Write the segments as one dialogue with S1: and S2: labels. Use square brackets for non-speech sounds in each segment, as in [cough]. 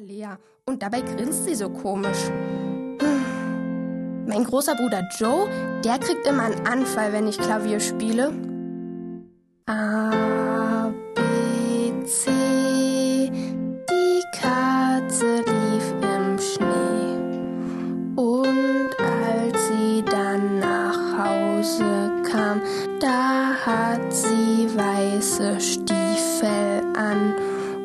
S1: Lea, und dabei grinst sie so komisch. Hm. Mein großer Bruder Joe, der kriegt immer einen Anfall, wenn ich Klavier spiele. A, B, C, die Katze lief im Schnee. Und als sie dann nach Hause kam, da hat sie weiße Stiefel an.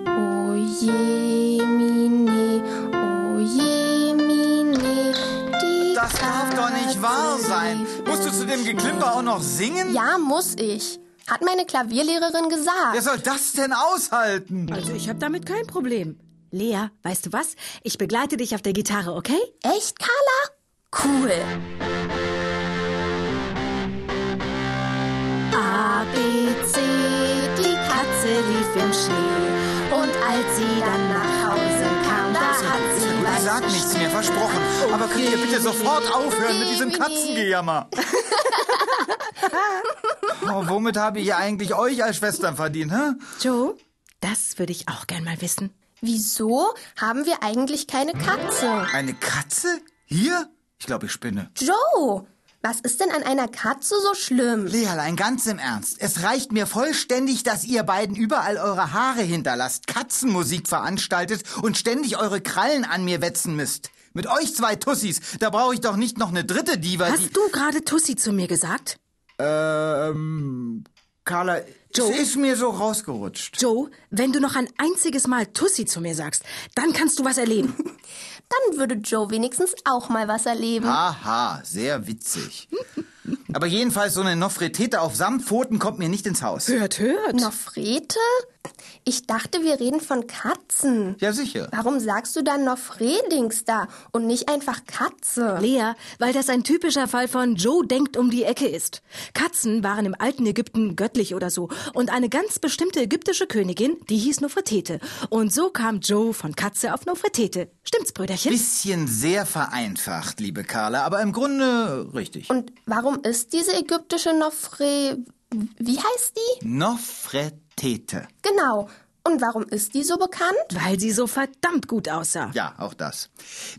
S1: O je, mine, o je, mine, die
S2: Das darf doch nicht
S1: Katze
S2: wahr sein.
S1: lief
S2: Musst du
S1: im
S2: zu dem
S1: Schnee.
S2: Geklimper auch noch singen?
S1: Ja, muss ich. Hat meine Klavierlehrerin gesagt.
S2: Wer soll das denn aushalten?
S3: Also ich habe damit kein Problem. Lea, weißt du was? Ich begleite dich auf der Gitarre, okay?
S1: Echt, Carla? Cool.
S3: A, B, C, die Katze lief im Schnee. Und als sie dann nach Hause kam, da hat sie
S2: Ich sag nichts mehr, versprochen. Aber könnt ihr bitte sofort aufhören mit diesem
S1: Mini.
S2: Katzengejammer? Oh, womit habe ich eigentlich euch als Schwestern verdient, hä?
S3: Joe, das würde ich auch gern mal wissen.
S1: Wieso haben wir eigentlich keine Katze?
S2: Eine Katze? Hier? Ich glaube, ich spinne.
S1: Joe, was ist denn an einer Katze so schlimm?
S2: Leerlein, ganz im Ernst. Es reicht mir vollständig, dass ihr beiden überall eure Haare hinterlasst, Katzenmusik veranstaltet und ständig eure Krallen an mir wetzen müsst. Mit euch zwei Tussis, da brauche ich doch nicht noch eine dritte Diva, die...
S3: Hast du gerade Tussi zu mir gesagt?
S2: Ähm, Carla,
S3: Joe?
S2: es ist mir so rausgerutscht.
S3: Joe, wenn du noch ein einziges Mal Tussi zu mir sagst, dann kannst du was erleben.
S1: Dann würde Joe wenigstens auch mal was erleben.
S2: Aha, sehr witzig. Aber jedenfalls so eine Nofretete auf Samtpfoten kommt mir nicht ins Haus.
S3: [laughs] Hört, hört.
S1: Nofrete? Ich dachte, wir reden von Katzen.
S2: Ja, sicher.
S1: Warum sagst du dann Nofredings da und nicht einfach Katze?
S3: Lea, weil das ein typischer Fall von Joe denkt um die Ecke ist. Katzen waren im alten Ägypten göttlich oder so und eine ganz bestimmte ägyptische Königin, die hieß Nofretete. Und so kam Joe von Katze auf Nofretete. Stimmt's, Brüderchen?
S2: Bisschen sehr vereinfacht, liebe Carla, aber im Grunde richtig.
S1: Und warum ist diese ägyptische Nofre... Wie heißt die?
S2: Nofretete.
S1: Genau. Und warum ist die so bekannt?
S3: Weil sie so verdammt gut aussah.
S2: Ja, auch das.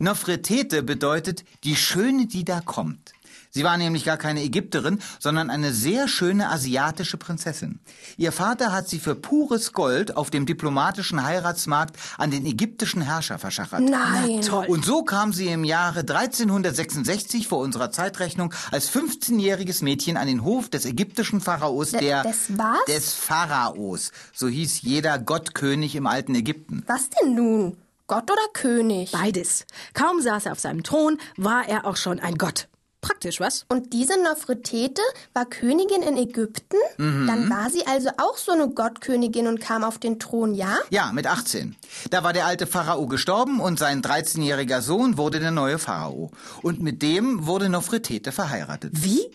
S2: Nofretete bedeutet die Schöne, die da kommt. Sie war nämlich gar keine Ägypterin, sondern eine sehr schöne asiatische Prinzessin. Ihr Vater hat sie für pures Gold auf dem diplomatischen Heiratsmarkt an den ägyptischen Herrscher verschachert.
S1: Nein.
S3: Toll.
S2: Und so kam sie im Jahre 1366 vor unserer Zeitrechnung als 15-jähriges Mädchen an den Hof des ägyptischen Pharaos, der
S1: des was?
S2: des Pharaos. So hieß jeder Gottkönig im alten Ägypten.
S1: Was denn nun? Gott oder König?
S3: Beides. Kaum saß er auf seinem Thron, war er auch schon ein Gott. Praktisch, was?
S1: Und diese Nofretete war Königin in Ägypten? Dann war sie also auch so eine Gottkönigin und kam auf den Thron, ja?
S2: Ja, mit 18. Da war der alte Pharao gestorben und sein 13-jähriger Sohn wurde der neue Pharao. Und mit dem wurde Nofretete verheiratet.
S3: Wie?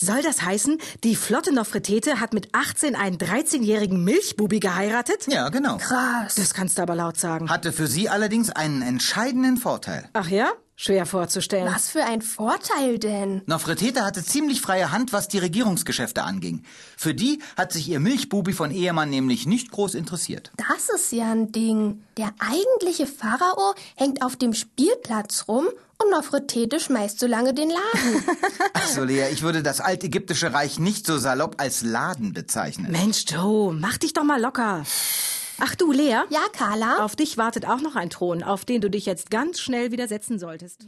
S3: Soll das heißen, die flotte Nofretete hat mit 18 einen 13-jährigen Milchbubi geheiratet?
S2: Ja, genau.
S1: Krass.
S3: Das kannst du aber laut sagen.
S2: Hatte für sie allerdings einen entscheidenden Vorteil.
S3: Ach ja? Schwer vorzustellen.
S1: Was für ein Vorteil denn?
S2: Nofretete hatte ziemlich freie Hand, was die Regierungsgeschäfte anging. Für die hat sich ihr Milchbubi von Ehemann nämlich nicht groß interessiert.
S1: Das ist ja ein Ding. Der eigentliche Pharao hängt auf dem Spielplatz rum und Nofretete schmeißt so lange den Laden.
S2: Also Lea, ich würde das altägyptische Reich nicht so salopp als Laden bezeichnen.
S3: Mensch, Joe, mach dich doch mal locker. Ach du, Lea,
S1: ja, Carla?
S3: [laughs] auf dich wartet auch noch ein Thron, auf den du dich jetzt ganz schnell wieder setzen solltest.